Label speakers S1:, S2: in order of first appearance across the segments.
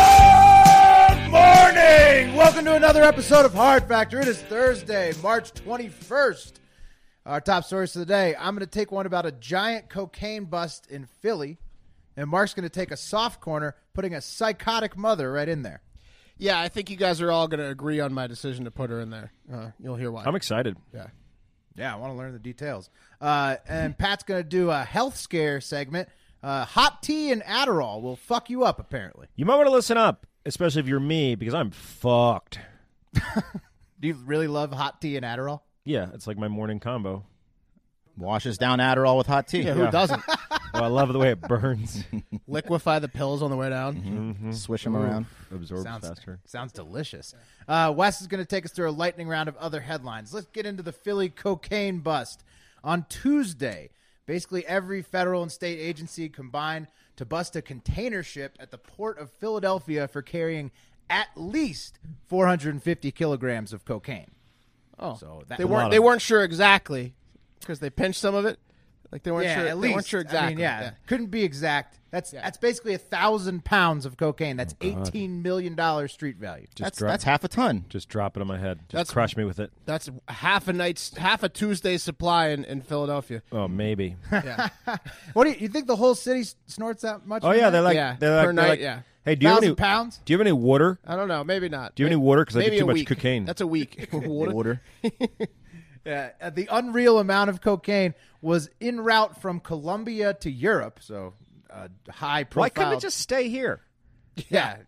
S1: Good morning! Welcome to another episode of Hard Factor. It is Thursday, March 21st. Our top stories of the day. I'm going to take one about a giant cocaine bust in Philly, and Mark's going to take a soft corner, putting a psychotic mother right in there.
S2: Yeah, I think you guys are all going to agree on my decision to put her in there. Uh, you'll hear why.
S3: I'm excited.
S1: Yeah, I want to learn the details. Uh, and Pat's going to do a health scare segment. Uh, hot tea and Adderall will fuck you up, apparently.
S3: You might want to listen up, especially if you're me, because I'm fucked.
S1: Do you really love hot tea and Adderall?
S3: Yeah, it's like my morning combo.
S4: washes down Adderall with hot tea.
S2: Who doesn't?
S3: Oh, I love the way it burns,
S2: Liquefy the pills on the way down.
S4: Swish them around.
S3: absorbs
S1: Sounds,
S3: faster.
S1: sounds delicious. Uh, Wes is going to take us through a lightning round of other headlines. Let's get into the Philly cocaine bust. On Tuesday, basically every federal and state agency combined to bust a container ship at the port of Philadelphia for carrying at least 450 kilograms of cocaine.
S2: Oh,
S1: So that
S2: they
S3: lot
S2: weren't
S3: of-
S2: they weren't sure exactly because they pinched some of it. Like they weren't
S1: yeah,
S2: sure.
S1: at
S2: they
S1: least
S2: weren't sure
S1: I mean,
S2: exactly.
S1: yeah, couldn't be exact. That's that's basically a thousand pounds of cocaine. That's 18 million dollar street value.
S3: Oh, Just
S4: That's
S3: drop,
S4: that's half a ton.
S3: just drop it on my head. Just
S2: That's-
S3: crush me with it.
S2: that's half a night's half a Tuesday's supply in, in Philadelphia.
S3: Oh, maybe.
S2: Yeah,
S1: What do you, you think the whole city s- snorts that much?
S3: oh
S1: from
S3: yeah,
S1: that?
S3: they're like
S2: Yeah,
S3: they're like,
S2: per
S3: they're
S2: night,
S3: like,
S2: yeah. Uh,
S3: Hey, do you have
S1: Thousand
S3: any
S1: pounds?
S3: Do you have any water?
S2: I don't know. Maybe not.
S3: Do you have any
S2: May-
S3: water? 'Cause I get
S2: maybe
S3: too
S2: a
S3: much
S2: week.
S3: cocaine.
S2: That's a week. water.
S4: Water.
S1: Yeah, uh, the unreal amount of cocaine was en route from Colombia to Europe, so uh, high profile.
S3: Why couldn't it just stay here?
S1: Yeah,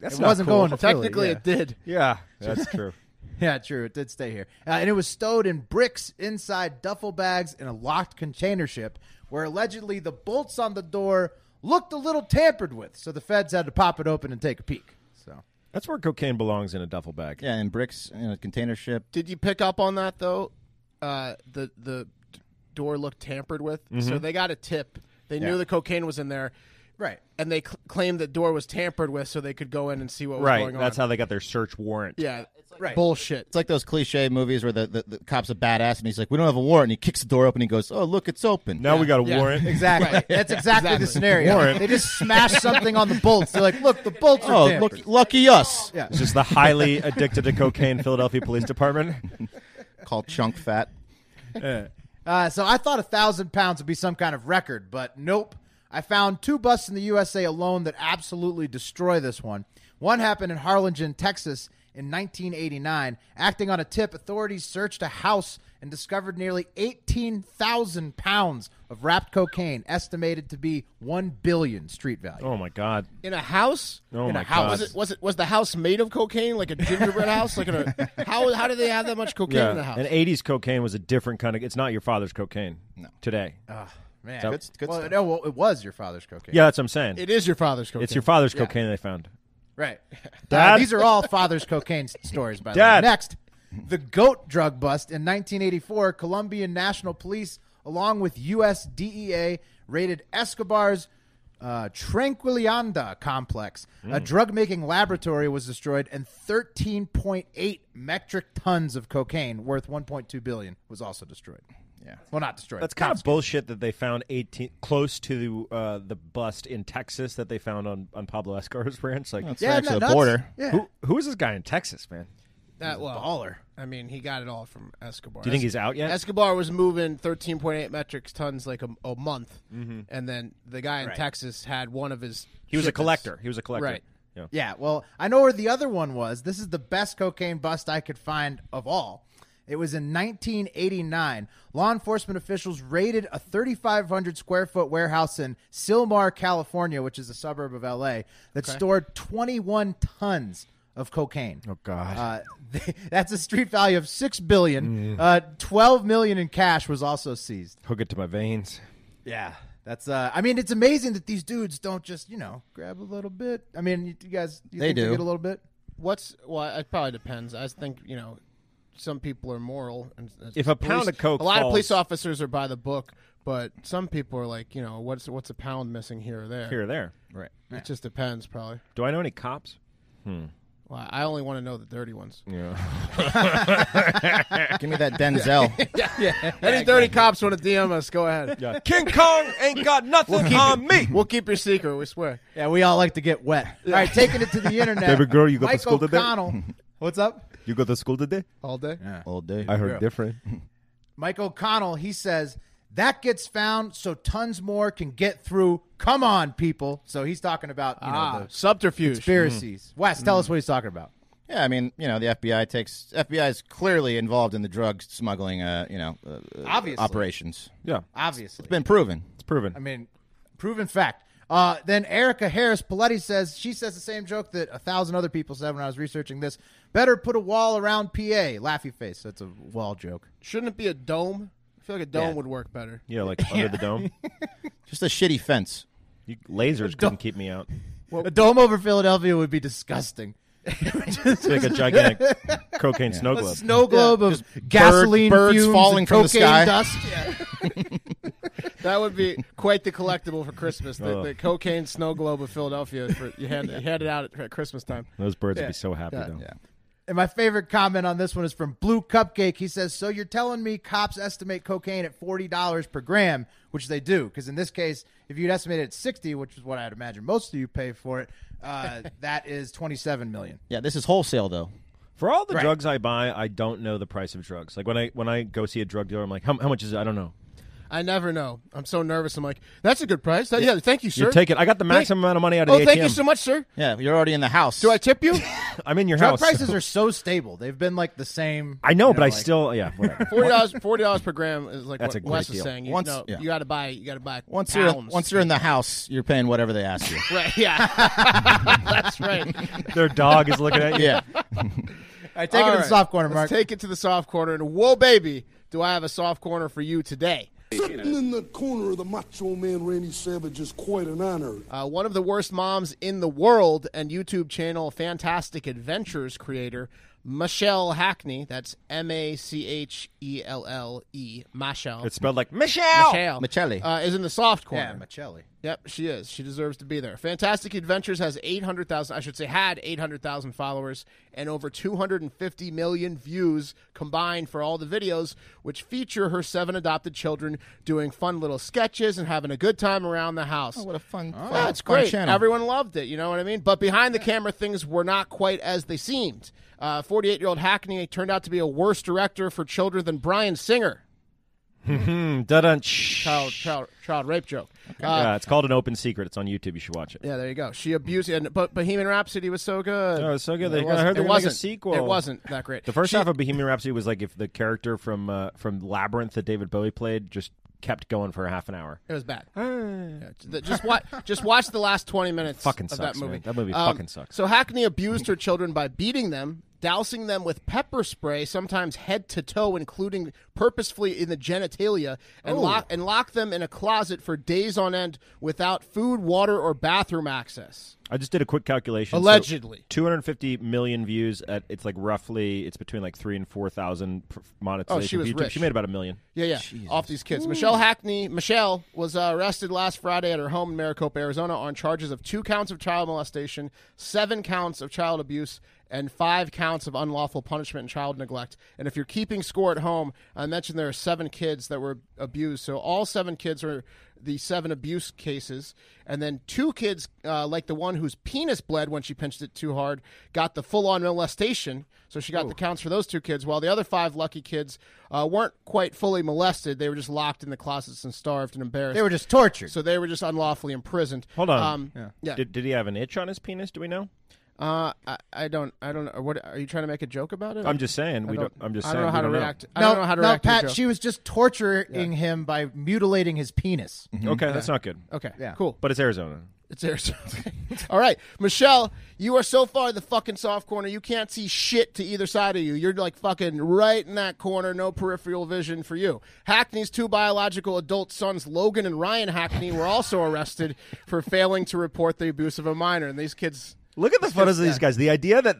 S3: That's
S1: it wasn't going to Philly,
S2: Technically,
S1: yeah.
S2: it did.
S3: Yeah, that's true.
S1: Yeah, true. It did stay here, uh, and it was stowed in bricks inside duffel bags in a locked container ship, where allegedly the bolts on the door looked a little tampered with, so the feds had to pop it open and take a peek. So
S3: That's where cocaine belongs in a duffel bag.
S4: Yeah, and bricks in a container ship.
S2: Did you pick up on that though? Uh, the the door looked tampered with,
S3: Mm-hmm.
S2: so they got a tip. They knew
S4: Yeah.
S2: the cocaine was in there,
S1: right,
S2: and they cl- claimed the door was tampered with, so they could go in and see what was
S3: Right.
S2: going on.
S3: That's how they got their search warrant.
S2: Yeah,
S1: right.
S2: bullshit.
S4: It's like those cliche movies where the, the, the cop's a badass and he's like, "We don't have a warrant." And he kicks the door open. and He goes, "Oh, look, it's open."
S3: Now we got a
S2: Yeah.
S3: warrant.
S1: Exactly. That's exactly,
S2: Exactly.
S1: the scenario.
S3: Warrant.
S1: They just smashed something on the bolts. They're like, "Look, the bolts are
S4: Oh,
S1: tampered."
S4: look, lucky us.
S1: Yeah.
S3: It's just the highly addicted to cocaine Philadelphia Police Department.
S4: Called chunk fat.
S1: Uh, so I thought a thousand pounds would be some kind of record, but nope. I found two busts in the USA alone that absolutely destroy this one. One happened in Harlingen, Texas in 1989. Acting on a tip, authorities searched a house and discovered nearly 18,000 pounds of wrapped cocaine, estimated to be 1 billion street value.
S3: Oh my god.
S2: in a house.
S3: Oh
S2: in
S3: my
S2: a
S3: God.
S2: house. Was it, was it was the house made of cocaine, like a gingerbread house? Like in a how how do they have that much cocaine in the house?
S3: And 80s cocaine was a different kind of. It's not your father's cocaine today.
S2: Uh,
S1: Man.
S4: Good- good
S1: well,
S4: stuff.
S1: no, well, it was your father's cocaine.
S3: yeah, that's what I'm saying.
S2: it is your father's cocaine.
S3: it's your father's cocaine they found.
S1: Right.
S3: Dad?
S1: Uh, these are all father's cocaine s- stories, by the way.
S3: Dad.
S1: Next, the goat drug bust in 1984. Colombian National Police, along with U.S. DEA, E raided Escobar's uh, Tranquilanda complex. A
S3: Mm.
S1: drug making laboratory was destroyed, and 13.8 metric tons of cocaine, worth 1.2 billion, was also destroyed.
S4: Yeah.
S1: Well, not destroyed.
S3: That's kind of bullshit that they found 18 close to uh, the bust in Texas that they found on, on Pablo Escobar's ranch. Like,
S4: That's
S1: yeah,
S4: next to
S1: no,
S4: the
S1: nuts.
S4: border.
S1: Yeah.
S3: who who is this guy in Texas, man?
S2: that well, baller. I mean, he got it all from Escobar.
S3: Do you think he's out yet?
S2: Escobar was moving 13.8 metric tons like a, a month, and then the guy in Texas had one of his.
S3: Mm-hmm. He was a
S2: shipments.
S3: collector. He was a collector.
S2: Right.
S3: Yeah.
S1: Yeah, well, I know where the other one was. This is the best cocaine bust I could find of all. It was in 1989. Law enforcement officials raided a 3,500 square foot warehouse in Silmar, California, which is a suburb of LA, that stored 21 tons of cocaine. Oh God! Uh, that's a street value of six billion. Uh, Twelve million in cash was also seized.
S3: Hook it to my veins.
S1: Yeah, that's. Uh, I mean, it's amazing that these dudes don't just you know grab a little bit. I mean, you, you guys, you
S4: They
S1: think
S4: do.
S1: get a little bit.
S2: What's well? It probably depends. I think you know, some people are moral. And
S3: If a pound of coke
S2: a lot of police
S3: falls-
S2: officers are by the book, but some people are like, you know, what's what's a pound missing here or there?
S3: Here or there.
S4: Right.
S2: It just depends, probably.
S3: Do I know any cops?
S2: Well, I only want to know the dirty ones.
S3: Yeah.
S4: Give me that Denzel.
S2: Any dirty cops want to DM us? Go ahead.
S3: King Kong ain't got nothing on me.
S2: We'll keep your secret. We swear.
S1: Yeah, we all like to get wet. All right, taking it to the internet.
S3: Baby girl, you go to
S1: Mike
S3: school today?
S1: O'Connell. What's up?
S3: You go to school today?
S2: All day.
S4: All day.
S3: I heard different.
S1: Mike O'Connell. He says that gets found, so tons more can get through. Come on, people. So he's talking about you
S2: ah,
S1: know the
S2: subterfuge.
S1: conspiracies.
S3: Mm.
S1: Wes, tell us what he's talking about.
S4: Yeah, I mean, you know, the FBI takes FBI is clearly involved in the drug smuggling, uh, you know, uh, uh,
S1: Obviously.
S4: operations.
S3: Yeah.
S1: Obviously,
S4: Been proven.
S3: It's proven.
S1: I mean, proven fact. Uh, then Erica Harris Paletti says she says the same joke that a thousand other people said when I was researching this. Better put a wall around PA. Laughy face. That's a wall joke.
S2: Shouldn't it be a dome? I feel like a dome
S4: Yeah.
S2: would work better.
S3: yeah, like under the dome.
S4: Just a shitty fence.
S3: You, lasers couldn't keep me out.
S1: a dome over Philadelphia would be disgusting. Just
S3: It's like a gigantic cocaine snow
S1: a
S3: globe.
S1: snow globe of gasoline
S4: gasoline birds
S1: fumes
S4: falling
S1: and
S4: from the
S1: cocaine
S4: sky.
S1: dust.
S2: That would be quite the collectible for Christmas. The,
S3: Uh.
S2: the cocaine snow globe of Philadelphia. For, you hand you hand it out at, at Christmas time.
S3: Those birds would be so happy, though.
S1: And my favorite comment on this one is from Blue Cupcake. He says, "So you're telling me cops estimate cocaine at forty dollars per gram, which they do, because in this case, if you'd estimate it at sixty, which is what I'd imagine most of you pay for it, uh, that is twenty-seven million.
S4: Yeah, this is wholesale though.
S3: For all the drugs I buy, I don't know the price of drugs. Like when I when I go see a drug dealer, I'm like, how, how much is it? I don't know.
S2: I never know. I'm so nervous. I'm like, that's a good price. That- yeah. thank you, sir.
S3: You take it. I got the
S2: Thank-
S3: maximum amount of money out of
S2: Oh,
S3: the ATM.
S2: thank you so much, sir.
S4: Yeah, you're already in the house.
S2: Do I tip you?
S3: I'm in your
S1: Drug
S3: house.
S1: prices are so stable; they've been like the same.
S3: I know,
S1: you
S3: but I
S1: like-
S3: still yeah. Whatever.
S2: Forty dollars. Forty dollars per gram is like
S3: That's a
S2: what
S3: great
S2: Wes is
S3: deal.
S2: saying. You,
S4: Once-
S2: no,
S4: yeah.
S2: you got to buy. You got to buy.
S4: once you're
S2: pounds.
S4: once you're in the house, you're paying whatever they ask you.
S2: right. Yeah. that's right.
S3: Their dog is looking at you.
S4: yeah.
S1: I take it to
S2: All
S1: the
S2: right.
S1: soft corner, Mark.
S2: Let's take it to the soft corner, and whoa, baby, do I have a soft corner for you today?
S5: Sitting in the corner of the macho man Randy Savage is quite an honor.
S2: Uh, one of the worst moms in the world and YouTube channel Fantastic Adventures creator Michelle Hackney. That's M A C H E L L E. Michelle.
S3: It's spelled like Michelle.
S2: Michelle.
S4: Michele.
S2: Uh, is in the soft corner.
S1: yeah, Michelli.
S2: Yep, she is. She deserves to be there. Fantastic Adventures has 800,000, I should say, had 800,000 followers and over 250 million views combined for all the videos, which feature her seven adopted children doing fun little sketches and having a good time around the house.
S4: Oh, What a fun. fun
S2: Yeah, it's
S4: fun
S2: great.
S4: Channel.
S2: Everyone loved it. You know what I mean? But behind the camera, things were not quite as they seemed. Uh, 48-year-old Hackney turned out to be a worse director for children than Brian Singer.
S3: Mm, dun-dun, shh.
S2: Child, child, child rape joke. Uh,
S3: Yeah, it's called an open secret. It's on YouTube. You should watch it.
S2: Yeah, there you go. She abused and but Bohemian Rhapsody was so good.
S3: Oh, it was so good. They- I
S2: wasn't-
S3: heard they
S2: it
S3: were making a
S2: wasn't-
S3: sequel.
S2: It wasn't that great.
S3: The first
S2: She-
S3: half of Bohemian Rhapsody was like if the character from uh, from Labyrinth that David Bowie played just kept going for half an hour.
S2: it was bad.
S3: Ah.
S2: Yeah, th- just watch just watch the last 20 minutes
S3: Fucking
S2: of that
S3: sucks,
S2: movie. Um,
S3: man. That movie fucking sucks.
S2: So Hackney abused her children by beating them, dousing them with pepper spray, sometimes head to toe including purposefully in the genitalia and lock and lock them in a closet for days on end without food, water or bathroom access.
S3: I just did a quick calculation. So
S2: Allegedly.
S3: 250 million views at it's like roughly it's between like three and four thousand pr- monetization.
S2: Oh, she was
S3: of YouTube.
S2: rich.
S3: She made about a million.
S2: Yeah, yeah. Off these kids. Michelle Hackney, Michelle was uh, arrested last Friday at her home in Maricopa, Arizona, on charges of two counts of child molestation, seven counts of child abuse, and five counts of unlawful punishment and child neglect. And if you're keeping score at home, I mentioned there are seven kids that were abused. So all seven kids are the seven abuse cases, and then two kids, uh, like the one whose penis bled when she pinched it too hard, got the full-on molestation. So she got the counts for those two kids, while the other five lucky kids uh, weren't quite fully molested. They were just locked in the closets and starved and embarrassed.
S1: They were just tortured.
S2: so they were just unlawfully imprisoned.
S3: Hold on.
S2: Um, yeah.
S3: Did, did he have an itch on his penis? Do we know?
S2: Uh, I, I don't, I don't know. What are you trying to make a joke about it?
S3: I'm just saying.
S2: I
S3: We don't, I'm just
S2: I
S3: saying.
S2: don't know
S3: we
S2: how to
S3: don't
S2: react. I
S1: no,
S2: don't know how to
S1: no,
S2: react. to
S1: Pat,
S2: a joke.
S1: she was just torturing him by mutilating his penis.
S2: Mm-hmm.
S3: Okay, that's not good.
S2: Okay,
S1: Yeah.
S2: cool.
S3: But it's Arizona.
S2: It's Arizona. All right, Michelle, you are so far the fucking soft corner. You can't see shit to either side of you. You're like fucking right in that corner. No peripheral vision for you. Hackney's two biological adult sons, Logan and Ryan Hackney, were also arrested for failing to report the abuse of a minor. And these kids,
S3: Look at the photos of these guys. The idea that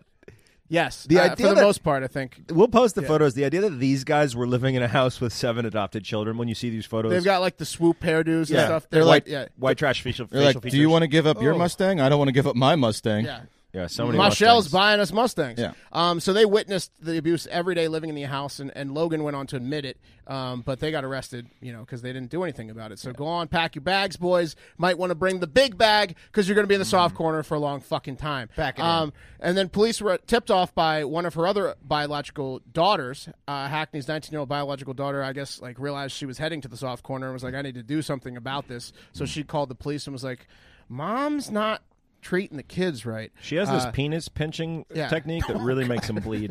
S2: yes,
S3: The
S2: uh,
S3: idea
S2: for the
S3: that-
S2: most part, I think
S3: we'll post the photos. The idea that these guys were living in a house with seven adopted children. When you see these photos,
S2: they've got like the swoop hairdos and stuff.
S3: They're
S2: They're
S3: white,
S2: like, yeah,
S3: white trash facial.
S4: They're
S3: facial
S4: like, do you
S3: features."
S4: want to give up your
S2: Oh.
S4: Mustang? I don't want to give up my Mustang.
S2: yeah.
S3: Yeah, so many.
S2: Michelle's
S3: Mustangs.
S2: buying us Mustangs.
S4: Yeah.
S2: Um, so they witnessed the abuse every day living in the house, and, and Logan went on to admit it, um, but they got arrested, you know, because they didn't do anything about it. So go on, pack your bags, boys. Might want to bring the big bag because you're going to be in the soft corner for a long fucking time.
S1: Pack it in.
S2: um, And then police were tipped off by one of her other biological daughters, uh, Hackney's 19 year old biological daughter, I guess, like realized she was heading to the soft corner and was like, I need to do something about this. So she called the police and was like, Mom's not treating the kids right.
S3: She has this
S2: Uh,
S3: penis pinching
S2: yeah.
S3: technique that really makes him bleed.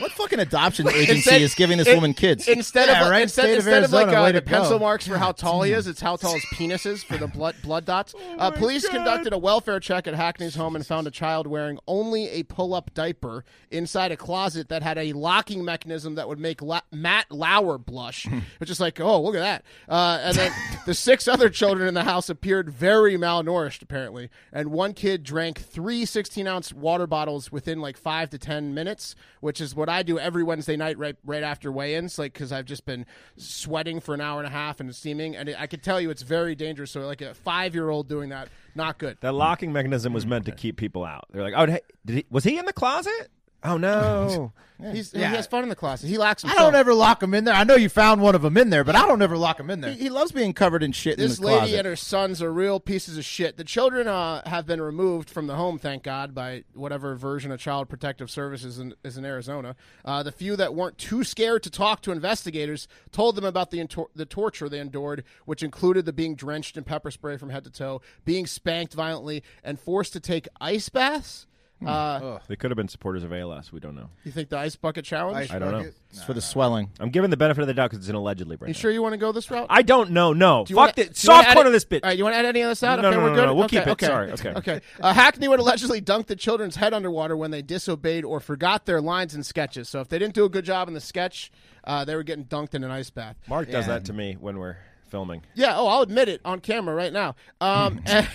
S4: What fucking adoption agency
S2: Instead-
S4: is giving this
S2: in-
S4: woman kids?
S2: Instead
S1: Yeah,
S2: of
S1: right?
S2: instead,
S1: State of
S2: instead of, like
S1: Arizona,
S2: uh,
S1: way
S2: the
S1: to go.
S2: pencil marks for how tall he is, it's how tall his penis is for the blood blood dots.
S1: Oh
S2: uh, police conducted a welfare check at Hackney's home and found a child wearing only a pull-up diaper inside a closet that had a locking mechanism that would make La- Matt Lauer blush,
S1: Hmm.
S2: which is like, oh, look at that. Uh, and then the six other children in the house appeared very malnourished, apparently, and one kid drank three 16 ounce water bottles within like five to 10 minutes, which is what I do every Wednesday night right right after weigh ins, like, because I've just been sweating for an hour and a half and steaming. And it, I could tell you it's very dangerous. So, like, a five year old doing that, not good.
S3: that locking mechanism was meant to keep people out. They're like, oh, hey, did he, was he in the closet? Oh no!
S2: He's,
S1: Yeah.
S2: He has fun in the closet. He lacks
S1: I
S2: himself.
S1: don't ever lock him in there. I know you found one of them in there, but I don't ever lock him in there.
S4: he loves being covered in shit
S2: This
S4: in the
S2: lady
S4: closet.
S2: and her sons are real pieces of shit. The children uh, have been removed from the home, thank God, by whatever version of Child Protective Services in, is in Arizona. Uh, the few that weren't too scared to talk to investigators told them about the entor- the torture they endured, which included the being drenched in pepper spray from head to toe, being spanked violently, and forced to take ice baths.
S4: Hmm.
S2: Uh,
S3: They could have been supporters of ALS. We don't know.
S2: you think the ice bucket challenge?
S3: I don't know.
S4: It's for the swelling.
S3: I'm giving the benefit of the doubt because it's an allegedly right.
S2: you
S3: now.
S2: sure you want to go this route?
S3: I don't know. No.
S2: Do you
S3: Fuck
S2: wanna-
S3: it.
S2: do you wanna
S3: Soft
S2: add
S3: corner
S2: it-
S3: this bit.
S2: All right, you want to add any of this out?
S3: No,
S2: okay,
S3: no,
S2: we're
S3: no,
S2: good.
S3: no, no, we'll
S2: okay,
S3: keep it.
S2: Okay.
S3: Sorry, okay.
S2: Okay. Uh, Hackney would allegedly dunk the children's head underwater when they disobeyed or forgot their lines and sketches. So if they didn't do a good job in the sketch, uh, they were getting dunked in an ice bath.
S3: Mark does that to me when we're filming.
S2: Yeah, oh, I'll admit it on camera right now.
S3: Hmm.
S2: Um, and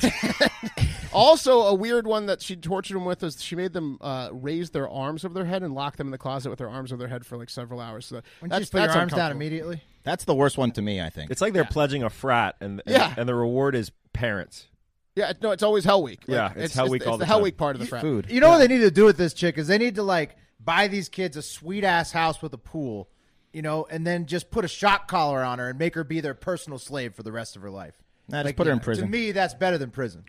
S2: also, a weird one that she tortured them with is she made them uh, raise their arms over their head and lock them in the closet with their arms over their head for like several hours. So
S1: Wouldn't you
S2: that's,
S1: just put your
S2: that's
S1: arms down
S2: uncomfortable.
S1: immediately?
S4: That's the worst one to me, I think.
S3: It's like they're pledging a frat, and and,
S2: Yeah.
S3: and the reward is parents.
S2: Yeah, no, it's always Hell Week.
S3: Yeah, it's Hell Week
S2: It's,
S3: all
S2: the
S3: the
S2: Hell
S3: time.
S2: Week part of the frat.
S4: Food.
S1: You know what they need to do with this chick is they need to like buy these kids a sweet ass house with a pool, you know, and then just put a shock collar on her and make her be their personal slave for the rest of her life.
S4: Nah, just put her in prison.
S1: To me, that's better than prison.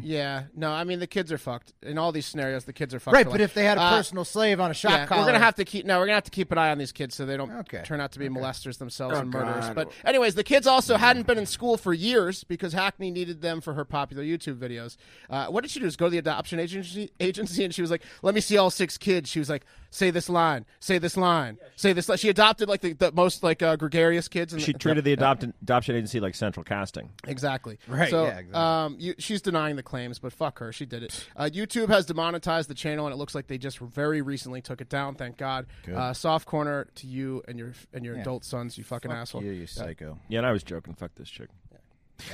S2: Yeah, no, I mean the kids are fucked in all these scenarios. The kids are fucked.
S1: Right,
S2: for
S1: but
S2: life.
S1: if they had a
S2: Uh,
S1: personal slave on a shock
S2: yeah,
S1: collar,
S2: we're gonna have to keep. No, we're gonna have to keep an eye on these kids so they don't
S1: Okay.
S2: turn out to be molesters themselves and murderers. But anyways, the kids also hadn't been in school for years because Hackney needed them for her popular YouTube videos. Uh, what did she do? Is go to the adoption agency agency and she was like, "Let me see all six kids." She was like, "Say this line, say this line, say this." Li-. She adopted like the, the most like uh, gregarious kids. In
S3: She
S2: the,
S3: treated the adoption adoption agency like central casting.
S2: Exactly.
S1: Right,
S2: So,
S1: yeah, exactly.
S2: um, you, she's denying the claims, but fuck her. She did it. Uh, YouTube has demonetized the channel, and it looks like they just very recently took it down. Thank God. Uh, soft corner to you and your and your adult sons. You fucking asshole.
S4: you, you psycho.
S3: Yeah, and I was joking. Fuck this chick.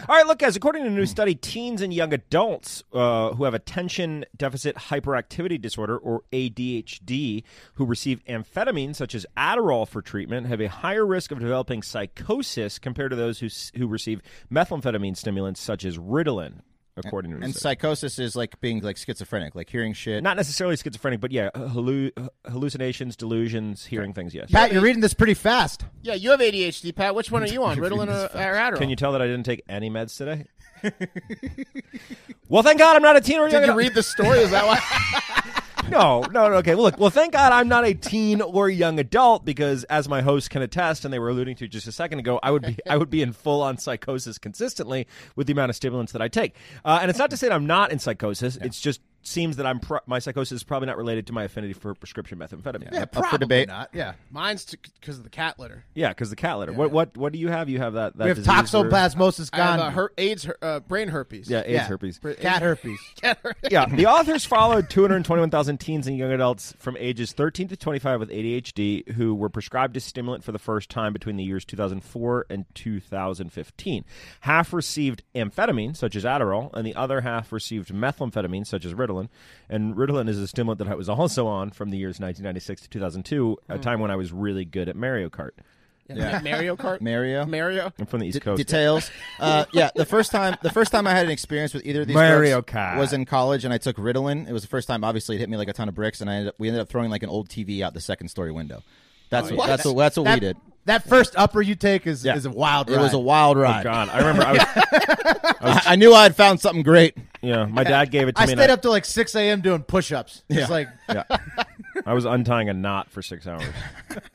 S3: All right, look, guys. According to a new study, teens and young adults uh, who have attention deficit hyperactivity disorder or ADHD, who receive amphetamines such as Adderall for treatment, have a higher risk of developing psychosis compared to those who s- who receive methamphetamine stimulants such as Ritalin. According to a
S4: And
S3: study.
S4: psychosis is like being like schizophrenic, like hearing shit.
S3: not necessarily schizophrenic, but yeah, hallu- hallucinations, delusions, hearing things. Yes.
S1: Pat, you're reading this pretty fast.
S2: Yeah, you have ADHD, Pat. Which one are you on, Ritalin or, or Adderall?
S3: Can you tell that I didn't take any meds today? well, thank God I'm not a teen or a young
S2: Did you
S3: adult.
S2: read the story? Is that why?
S3: No, no, no. Okay, look. Well, thank God I'm not a teen or young adult because, as my host can attest, and they were alluding to just a second ago, I would be I would be in full on psychosis consistently with the amount of stimulants that I take. Uh, and it's not to say that I'm not in psychosis. It's just seems that I'm pro- my psychosis is probably not related to my affinity for prescription methamphetamine.
S1: Yeah,
S4: for
S1: probably
S4: debate.
S1: not. Yeah.
S2: Mine's because of the cat litter.
S3: Yeah, because the cat litter. what what what do you have? You have that. that
S1: We have
S3: disease where-
S1: toxoplasmosis
S2: I have uh,
S1: gone.
S2: her- AIDS, her- uh, brain herpes.
S3: Yeah, AIDS herpes.
S1: Cat herpes.
S3: yeah, the authors followed 221,000 teens and young adults from ages 13 to 25 with ADHD who were prescribed a stimulant for the first time between the years 2004 and 2015. Half received amphetamine, such as Adderall, and the other half received methamphetamine, such as Ritalin. And Ritalin is a stimulant that I was also on from the years 1996 to 2002, a time when I was really good at Mario Kart.
S2: Mario Kart.
S4: Mario.
S2: Mario.
S3: I'm from the East
S4: D-
S3: Coast.
S4: details. Uh, yeah, the first time the first time I had an experience with either of these
S3: Mario
S4: drugs
S3: Kart.
S4: was in college, and I took Ritalin. It was the first time. Obviously, it hit me like a ton of bricks, and I ended up, we ended up throwing like an old TV out the second story window. That's what, that's what that's what we did.
S1: Oh, That first upper you take is,
S4: Yeah.
S1: is a wild
S4: It
S1: ride.
S4: was a wild ride.
S3: Oh, God, I remember. I was,
S4: I, I knew I'd found something great.
S3: yeah, my dad gave it to
S1: I
S3: me. and
S1: stayed up till like 6 a.m. doing push ups. It's
S4: Yeah.
S1: like,
S3: Yeah. I was untying a knot for six hours.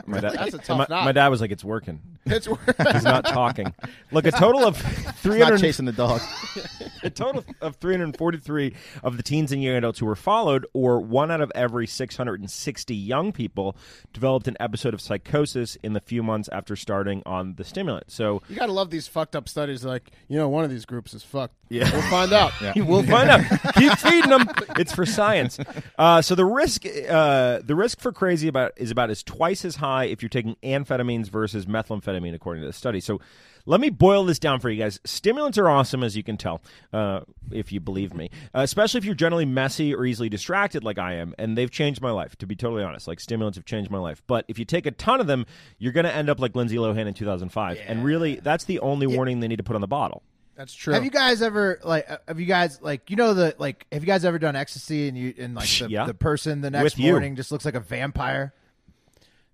S3: My dad,
S2: That's a
S3: and
S2: tough
S3: my,
S2: knot.
S3: my dad was like, "It's working."
S2: It's
S3: He's not talking. Look, a total of three
S4: Not
S3: hundred
S4: chasing the dog.
S3: a total of 343 of the teens and young adults who were followed, or one out of every 660 young people, developed an episode of psychosis in the few months after starting on the stimulant. So
S2: you gotta love these fucked up studies. Like, you know, one of these groups is fucked. Yeah, we'll find out.
S3: We'll find out. Keep feeding them. It's for science. Uh, so the risk, uh, the risk for crazy about is about is twice as high if you're taking amphetamines versus methamphetamine, according to the study. So let me boil this down for you guys. Stimulants are awesome, as you can tell, uh, if you believe me. Uh, especially if you're generally messy or easily distracted, like I am, and they've changed my life. To be totally honest, like stimulants have changed my life. But if you take a ton of them, you're going to end up like Lindsay Lohan in 2005. And really, that's the only warning they need to put on the bottle.
S2: That's true.
S1: Have you guys ever like? uh, Have you guys like? You know the like? Have you guys ever done ecstasy and you and like the,
S3: Yeah.
S1: the person the next
S3: With you.
S1: morning just looks like a vampire,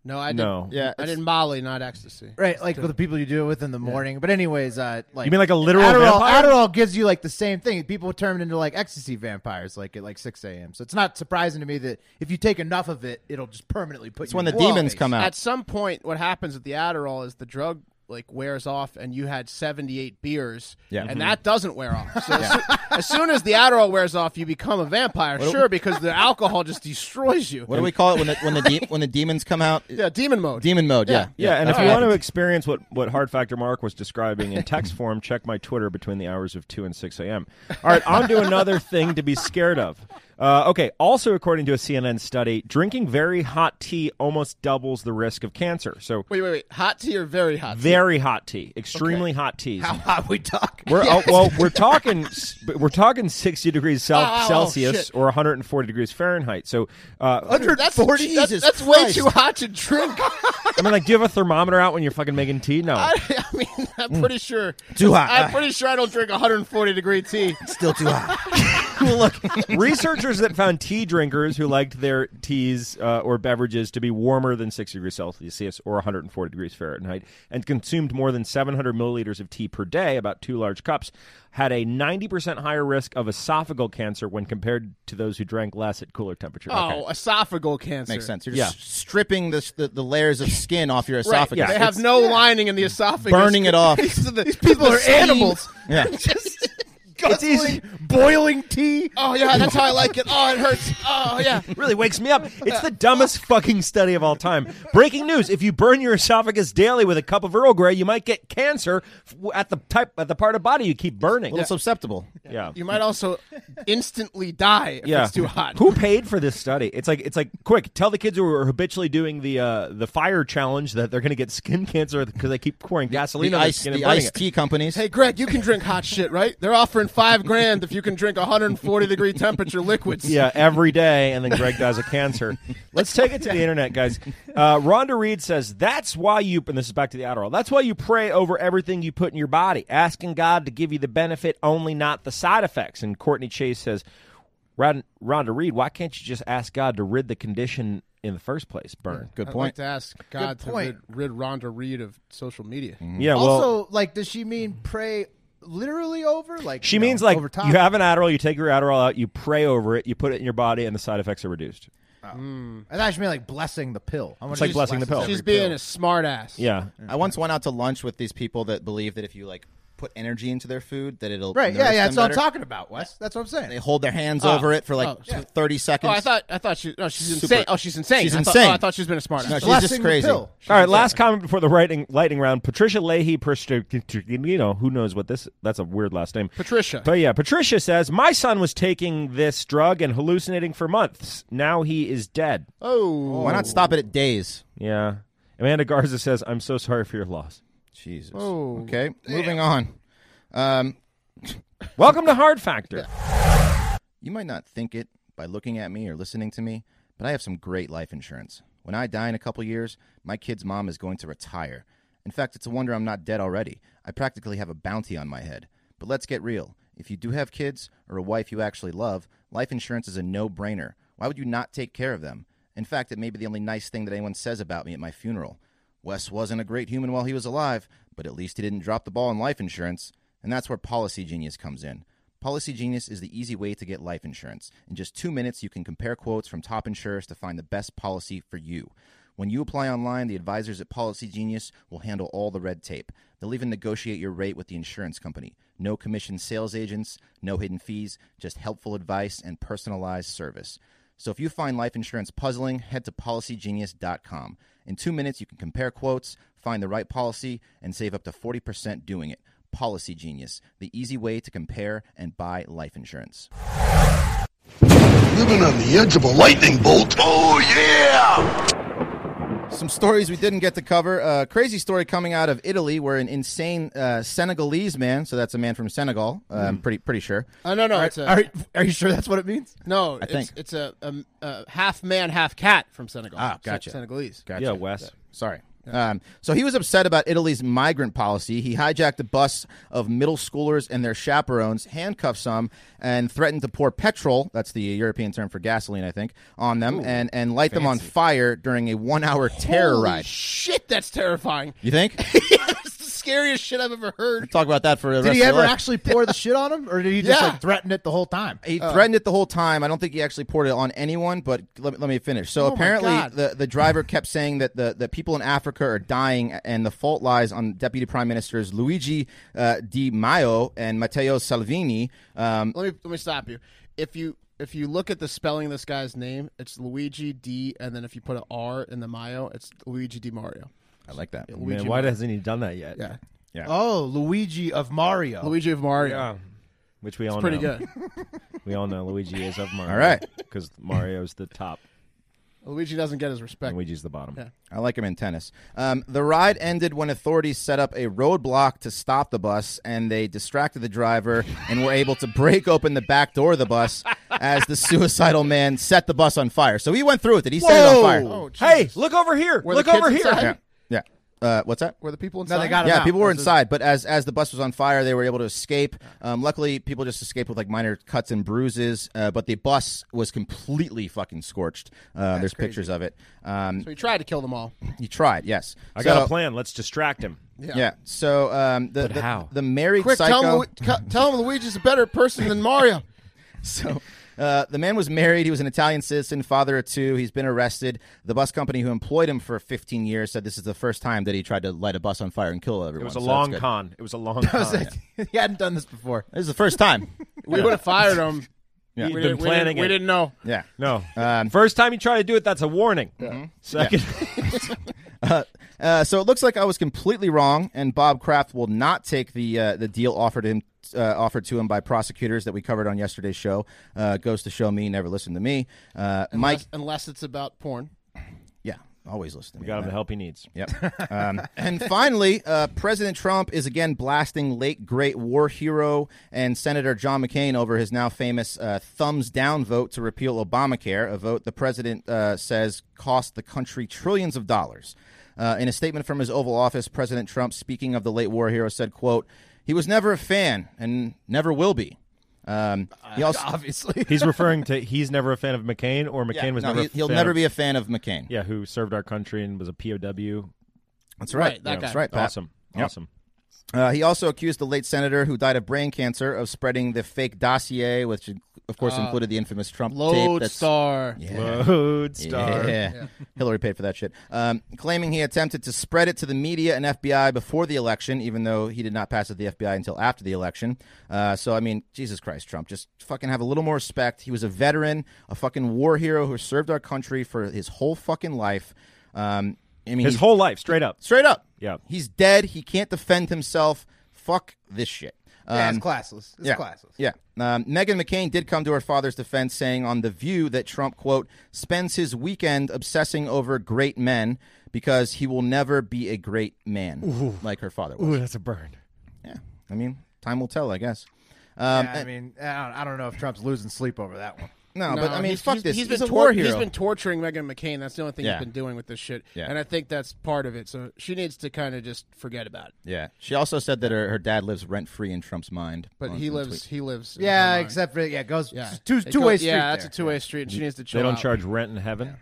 S2: no, I did.
S3: No.
S2: Yeah, I did Molly, not ecstasy.
S1: right? Like with the people you do it with in the morning. But anyways, uh, like
S3: You mean like a literal
S1: Adderall?
S3: vampire?
S1: Adderall gives you like the same thing. People turn into like ecstasy vampires, like at like six a.m. So it's not surprising to me that if you take enough of it, it'll just permanently put.
S4: It's
S1: you
S4: when the
S1: in wall
S4: demons
S1: face.
S4: come out.
S2: At some point, what happens with the Adderall is the drug like wears off, and you had seventy eight beers,
S4: Yeah. Mm-hmm.
S2: and that doesn't wear off. So as, soo- as soon as the Adderall wears off, you become a vampire, sure, because the alcohol just destroys you.
S4: What do we call it when the when the de- when the demons come out?
S2: yeah, demon mode.
S4: Demon mode. Yeah.
S3: Yeah, and if
S4: that's
S3: you
S4: what
S3: want to
S4: happens.
S3: experience what, what Hard Factor Mark was describing in text form, check my Twitter between the hours of 2 and 6 a.m. All right, on to another thing to be scared of. Uh, okay, also according to a CNN study, drinking very hot tea almost doubles the risk of cancer. So,
S2: wait, wait, wait. Hot tea or very hot? tea?
S3: very hot tea, extremely hot teas.
S1: How hot we talk?
S3: We're, oh, well, we're talking s- we're talking 60 degrees cel-
S2: Oh, oh,
S3: Celsius
S2: shit.
S3: or 140 degrees Fahrenheit. So, uh,
S2: That's
S4: 140?
S2: Jesus
S4: Jesus
S2: That's, that's way
S4: Christ.
S2: too hot to drink.
S3: I mean, like, do you have a thermometer out when you're fucking making tea? No.
S2: I, I mean, I'm pretty sure.
S4: Mm. Too hot.
S2: I'm pretty sure I don't drink 140 degree tea.
S4: still too hot.
S3: well, look, researchers that found tea drinkers who liked their teas uh, or beverages to be warmer than 60 degrees Celsius or 140 degrees Fahrenheit and consumed more than 700 milliliters of tea per day, about two large cups, had a 90% higher risk of esophageal cancer when compared to those who drank less at cooler temperatures.
S2: Oh, esophageal cancer.
S4: Makes sense. You're just stripping the, the the layers of skin off your
S2: Right,
S4: esophagus.
S3: yeah.
S2: They have no lining in the esophagus.
S4: Burning it off.
S2: These, are the- people are animals.
S4: Yeah.
S2: Just-
S3: It's easy.
S1: Boiling tea.
S2: oh yeah, that's how I like it. Oh, it hurts. Oh yeah.
S3: really wakes me up. It's the dumbest fucking study of all time. Breaking news: If you burn your esophagus daily with a cup of Earl Grey, you might get cancer f- at the type at the part of body you keep burning.
S4: A little susceptible.
S3: yeah.
S2: You might also instantly die if it's too hot.
S3: Who paid for this study? It's like it's like quick. Tell the kids who are habitually doing the uh, the fire challenge that they're going to get skin cancer because they keep pouring gasoline
S4: The
S3: on their
S4: ice,
S3: skin and
S4: the
S3: burning
S4: iced
S3: it.
S4: tea companies.
S2: Hey Greg, you can drink hot shit, right? They're offering five grand if you can drink 140 degree temperature liquids.
S3: Yeah, every day, and then Greg dies of cancer. Let's take it to the internet, guys. Uh, Rhonda Reed says that's why you, and this is back to the Adderall. That's why you pray over everything you put in your body, asking God to give you the benefit, only not the side effects. And Courtney Chase says, Ron- Rhonda Reed, why can't you just ask God to rid the condition in the first place? Burn.
S4: Good
S2: I'd like
S4: point.
S2: to ask God to
S1: point.
S3: Mm.
S2: rid, rid Rhonda Reed of social media.
S3: Yeah. Well,
S1: also, like, does she mean pray literally over? Like
S3: She
S1: you
S3: means
S1: know,
S3: like
S1: over time.
S3: you have an Adderall, you take your Adderall out, you pray over it, you put it in your body, and the side effects are reduced.
S1: I thought she meant like blessing the pill. I
S3: It's like blessing the pill.
S2: She's being a smart ass.
S3: Yeah.
S4: I once went out to lunch with these people that believe that if you like put energy into their food, that it'll
S1: right. Yeah,
S4: nourish
S1: yeah.
S4: them
S1: That's what I'm
S4: better.
S1: talking about, Wes. That's what I'm
S4: They
S1: saying.
S4: hold their hands
S2: Oh,
S4: over it for like
S2: oh,
S4: tw-
S2: yeah.
S4: thirty seconds.
S2: Oh, I thought I thought she no she's
S4: Super.
S2: insane. Oh, she's insane.
S4: She's
S2: I Thought,
S4: insane.
S2: oh, I thought she was being a smart ass.
S4: No, she's
S1: Blessing
S4: just
S1: the
S4: crazy.
S1: pill.
S3: All right, last comment before the writing, lightning round. Patricia Leahy, you know, who knows what this, that's a weird last name.
S2: Patricia.
S3: But yeah, Patricia says, my son was taking this drug and hallucinating for months. Now he is dead.
S2: oh,
S4: Why not stop it at days?
S3: Yeah. Amanda Garza says, I'm so sorry for your loss.
S4: Jesus.
S2: Oh.
S4: okay, moving on. Um,
S3: Welcome to Hard Factor.
S4: You might not think it by looking at me or listening to me, but I have some great life insurance. When I die in a couple years, my kid's mom is going to retire. In fact, it's a wonder I'm not dead already. I practically have a bounty on my head. But let's get real. If you do have kids or a wife you actually love, life insurance is a no brainer. Why would you not take care of them? In fact, it may be the only nice thing that anyone says about me at my funeral. Wes wasn't a great human while he was alive, but at least he didn't drop the ball on life insurance. And that's where Policy Genius comes in. Policy Genius is the easy way to get life insurance. In just two minutes, you can compare quotes from top insurers to find the best policy for you. When you apply online, the advisors at Policy Genius will handle all the red tape. They'll even negotiate your rate with the insurance company. No commission sales agents, no hidden fees, just helpful advice and personalized service. So if you find life insurance puzzling, head to policygenius.com. In two minutes, you can compare quotes, find the right policy, and save up to 40% doing it. Policy Genius, the easy way to compare and buy life insurance.
S5: Living on the edge of a lightning bolt. Oh, yeah!
S4: Some stories we didn't get to cover. A crazy story coming out of Italy where an insane uh, Senegalese man, so that's a man from Senegal, uh, I'm pretty, pretty sure.
S2: Oh, no, no, it's a,
S1: Are, are you sure that's what it means?
S2: no, it's,
S4: think.
S2: it's a, um, uh, half man, half cat from Senegal.
S4: Ah,
S2: Se-
S4: gotcha.
S2: Senegalese.
S4: Gotcha.
S3: Yeah, Wes.
S4: Sorry. Um, so he was upset about Italy's migrant policy. He hijacked a bus of middle schoolers and their chaperones, handcuffed some, and threatened to pour petrol that's the European term for gasoline, I think on them and, and light them on fire during a one hour terror
S2: Holy
S4: ride.
S2: Shit, that's terrifying.
S4: you think?
S2: that's the scariest shit I've ever heard.
S4: Talk about that for the
S1: Did
S4: rest
S1: he
S4: of your
S1: ever
S4: life.
S1: actually pour the shit on him, or did he just
S2: Yeah.
S1: like threaten it the whole time?
S4: He threatened it the whole time. I don't think he actually poured it on anyone, but let, me- let me finish. So apparently,
S2: God.
S4: the, the driver kept saying that the, the people in Africa are dying, and the fault lies on Deputy Prime Ministers Luigi uh, Di Maio and Matteo Salvini. Um,
S2: Let me let me stop you. If you if you look at the spelling of this guy's name, it's Luigi D, and then if you put an R in the Mayo, it's Luigi Di Mario.
S4: I like that.
S3: Man, why hasn't he done that yet?
S2: Yeah,
S1: Oh, Luigi of Mario.
S2: Luigi of Mario.
S3: Yeah. Which we all
S2: Pretty
S3: know.
S2: good.
S3: We all know Luigi is of Mario.
S4: All right.
S3: Because Mario's the top,
S2: Luigi doesn't get his respect.
S3: and Luigi's the bottom.
S2: Yeah.
S4: I like him in tennis. Um, the ride ended when authorities set up a roadblock to stop the bus, and they distracted the driver and were able to break open the back door of the bus as the suicidal man set the bus on fire. So he went through with it. He set it on fire.
S2: Oh, Jesus.
S3: Hey, look over here.
S2: Were the
S3: look
S2: kids
S3: over here.
S2: inside?
S4: Yeah. Yeah. Uh, what's that?
S2: Were the people inside?
S1: No, they got him
S4: yeah,
S1: out.
S4: people were
S1: That's a-
S4: inside, but as as the bus was on fire, they were able to escape. Um, luckily, people just escaped with like minor cuts and bruises, uh, but the bus was completely fucking scorched. Uh, there's pictures of it. Um,
S2: So he tried to kill them all.
S4: you tried, yes.
S3: I got
S4: So-
S3: a plan. Let's distract him.
S4: Yeah. So um, the, the
S3: how?
S4: the married
S2: Quick,
S4: psycho.
S2: tell him, Lu- cu- tell him Luigi's a better person than Mario.
S4: So uh, the man was married. He was an Italian citizen, father of two. He's been arrested. The bus company who employed him for 15 years said this is the first time that he tried to light a bus on fire and kill
S3: It
S4: everyone.
S3: was a
S4: so that's
S3: long
S4: good.
S3: con. It was a long con.
S1: he hadn't done this before.
S4: This is the first time.
S2: We would have fired him.
S3: He'd been
S2: We, didn't, we, didn't-
S3: planning
S2: we
S3: it.
S2: didn't know.
S4: yeah.
S3: No.
S4: Um,
S3: First time you try to do it, that's a warning.
S2: Mm-hmm.
S3: Second,
S4: Uh, so it looks like I was completely wrong, and Bob Kraft will not take the uh, the deal offered him uh, offered to him by prosecutors that we covered on yesterday's show. Uh, goes to show me, never listen to me. Uh, Mike,
S2: Unless, unless it's about porn.
S4: yeah, always listen to me.
S3: got him the help he needs.
S4: Yep. Um, and finally, uh, President Trump is again blasting late great war hero and Senator John McCain over his now famous uh, thumbs down vote to repeal Obamacare, a vote the president uh, says cost the country trillions of dollars. Uh, in a statement from his Oval Office, President Trump, speaking of the late war hero, said, "quote He was never a fan and never will be." Um, he
S2: Uh,
S4: also,
S1: Obviously,
S3: He's referring to he's never a fan of McCain, or McCain
S4: yeah,
S3: was
S4: no,
S3: never.
S4: he,
S3: a
S4: will
S3: fan
S4: never
S3: of-
S4: be a fan of McCain.
S3: Yeah, who served our country and was a POW.
S4: That's right.
S2: Right, that
S4: That's
S2: guy.
S4: right. Pat.
S3: Awesome.
S4: Yep.
S3: Awesome.
S4: Uh, he also accused the late senator who died of brain cancer of spreading the fake dossier, which of course included the infamous Trump tape. That's
S2: Lodestar.
S4: Yeah.
S3: Lodestar.
S4: Yeah. Hillary paid for that shit. Um, claiming he attempted to spread it to the media and FBI before the election, even though he did not pass it to the FBI until after the election. Uh, so, I mean, Jesus Christ, Trump, just fucking have a little more respect. He was a veteran, a fucking war hero who served our country for his whole fucking life. Um, I mean,
S3: His
S4: he-
S3: whole life, straight up.
S4: straight up.
S3: Yeah.
S4: He's dead. He can't defend himself. Fuck this shit. Um,
S1: Yeah, it's classless. It's
S4: yeah.
S1: classless.
S4: Yeah. Um, Megan McCain did come to her father's defense, saying on The View that Trump, quote, spends his weekend obsessing over great men because he will never be a great man like her father was.
S3: that's a burn.
S4: Yeah. I mean, time will tell, I guess. Um,
S1: Yeah, I mean, I don't, I don't know if Trump's losing sleep over that one.
S4: no, but I mean,
S2: he's,
S4: fuck
S2: he's-
S4: this.
S2: He's been
S4: a war
S2: tor-
S4: hero.
S2: He's been torturing Megan McCain. That's the only thing
S4: Yeah.
S2: he's been doing with this shit.
S4: Yeah.
S2: And I think that's part of it. So she needs to kind of just forget about it.
S4: yeah. She also said that her, her dad lives rent free in Trump's mind.
S2: But
S4: on-
S2: he
S4: on
S2: lives.
S4: tweet.
S2: He lives. in her
S1: Yeah,
S2: mind.
S1: except for yeah, it goes
S2: Yeah.
S1: two
S2: It
S1: two way
S2: goes-
S1: street.
S2: Yeah, that's
S1: there.
S2: a two way street, and she needs to chill
S3: They don't
S2: out.
S3: charge rent in heaven.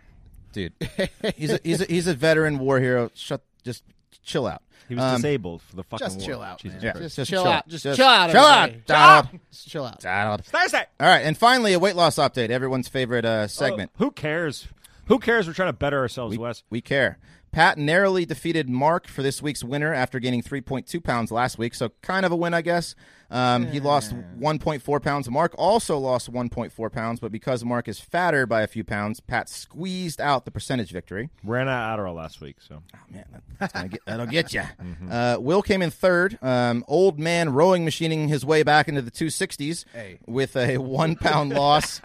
S4: Dude, he's a, he's, a, he's a veteran war hero. Shut, just chill out.
S3: He was
S4: Um,
S3: disabled for the fucking
S1: just
S3: war.
S1: chill out,
S3: Jesus
S1: man.
S4: Yeah,
S3: Christ.
S2: Just chill out. Just chill out,
S4: Chill out.
S2: everybody.
S4: Donald.
S2: Just chill out.
S4: Donald.
S3: Thursday.
S4: All right, and finally, a weight loss update. Everyone's favorite uh, segment.
S3: Who cares? Who cares? We're trying to better ourselves, Wes.
S4: We care. Pat narrowly defeated Mark for this week's winner after gaining 3.2 pounds last week, so kind of a win, I guess. Um, He lost 1.4 pounds. Mark also lost 1.4 pounds, but because Mark is fatter by a few pounds, Pat squeezed out the percentage victory.
S3: Ran out of Adderall last week, so
S4: Man, that- that's gonna get, that'll get you. Uh, Will came in third. Um, old man rowing machining his way back into the 260s with a one pound loss.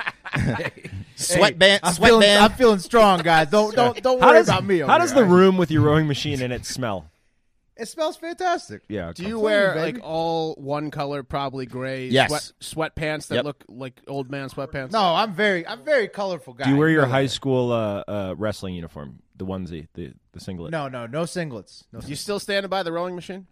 S4: sweatband,
S1: I'm feeling,
S4: sweatband.
S1: I'm feeling strong, guys. Don't don't don't
S3: how
S1: worry
S3: does,
S1: about me. over
S3: how does
S1: here,
S3: the
S1: all right?
S3: room with your rowing machine in it smell?
S1: It smells fantastic.
S3: Yeah,
S2: Do
S3: come-
S2: you wear
S1: baby.
S2: like all one color, probably gray
S4: Yes.
S2: sweat, sweatpants that
S4: Yep.
S2: look like old man sweatpants?
S1: No, I'm very I'm very colorful guy.
S3: do you wear your
S1: know
S3: high
S1: that.
S3: school uh, uh, wrestling uniform, the onesie, the the singlet?
S1: No, no, no singlets. No,
S2: You
S1: singlets.
S2: still standing by the rowing machine?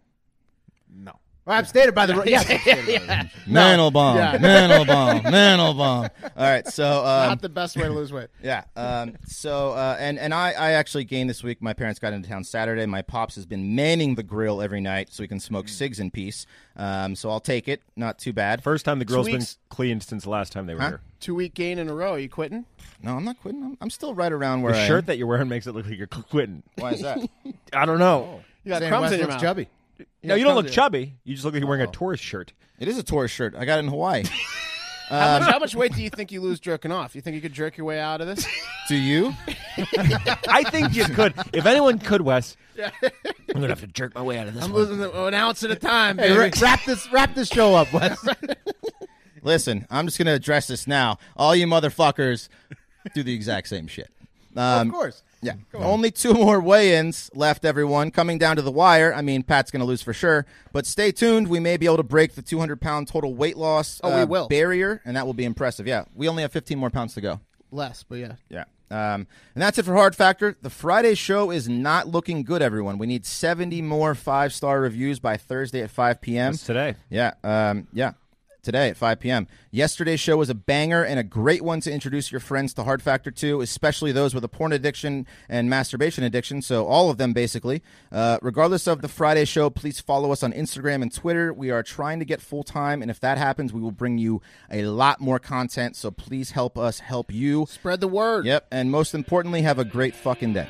S1: no. Well, I'm stated by the room. Yeah,
S4: Mantle bomb, mantle bomb, mantle bomb. All right, so um,
S2: Not the best way to lose weight.
S4: yeah, um, so uh, and and I, I actually gained this week. My parents got into town Saturday. My pops has been manning the grill every night so we can smoke cigs in peace. Um, so I'll take it. Not too bad.
S3: First time the girl's been
S2: weeks.
S3: cleaned since the last time they were
S4: Huh?
S3: here.
S2: Two week gain in a row. Are you quitting?
S4: No, I'm not quitting. I'm, I'm still right around where
S3: The
S4: I am.
S3: shirt that you're wearing makes it look like you're quitting.
S4: Why is that?
S3: I don't know.
S1: Oh.
S2: You got crumbs in your mouth.
S1: chubby.
S3: no, you don't look
S2: crumbs
S3: chubby. You just look like
S1: Oh.
S3: you're wearing a tourist shirt.
S4: It is a tourist shirt. I got it in Hawaii.
S2: in your- How
S4: Uh,
S2: much, how much weight do you think you lose jerking off? You think you could jerk your way out of this?
S4: Do you?
S3: I think you could. If anyone could, Wes, I'm gonna have to jerk my way out of this.
S2: I'm
S3: one.
S2: losing an ounce at a time.
S1: Hey,
S2: baby.
S1: ra- wrap this wrap this show up, Wes.
S4: Listen, I'm just going to address this now. All you motherfuckers do the exact same shit. Um,
S1: of course.
S4: Yeah. Only two more weigh ins left, everyone. Coming down to the wire. I mean, Pat's going to lose for sure. But stay tuned. We may be able to break the 200 pound total weight loss uh,
S2: Oh, we will.
S4: barrier, and that will be impressive. Yeah. We only have 15 more pounds to go.
S2: Less, but yeah.
S4: Yeah. Um, and that's it for Hard Factor. The Friday show is not looking good, everyone. We need 70 more five star reviews by Thursday at 5 p.m.
S3: That's today.
S4: Yeah. Um, yeah. Today at 5 p.m. Yesterday's show was a banger and a great one to introduce your friends to Hard Factor to, especially those with a porn addiction and masturbation addiction. So, all of them basically. Uh, regardless of the Friday show, please follow us on Instagram and Twitter. We are trying to get full time, and if that happens, we will bring you a lot more content. So, please help us help you.
S2: Spread the word.
S4: Yep. And most importantly, have a great fucking day.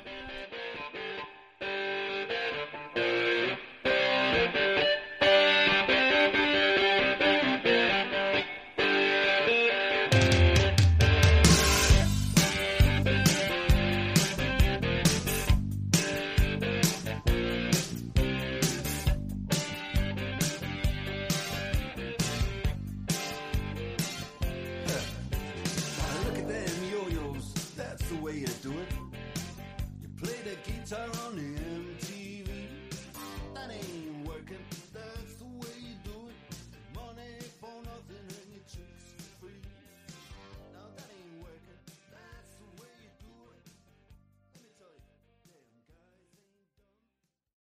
S6: Look at them yo-yos, that's the way you do it. You play the guitar on the end.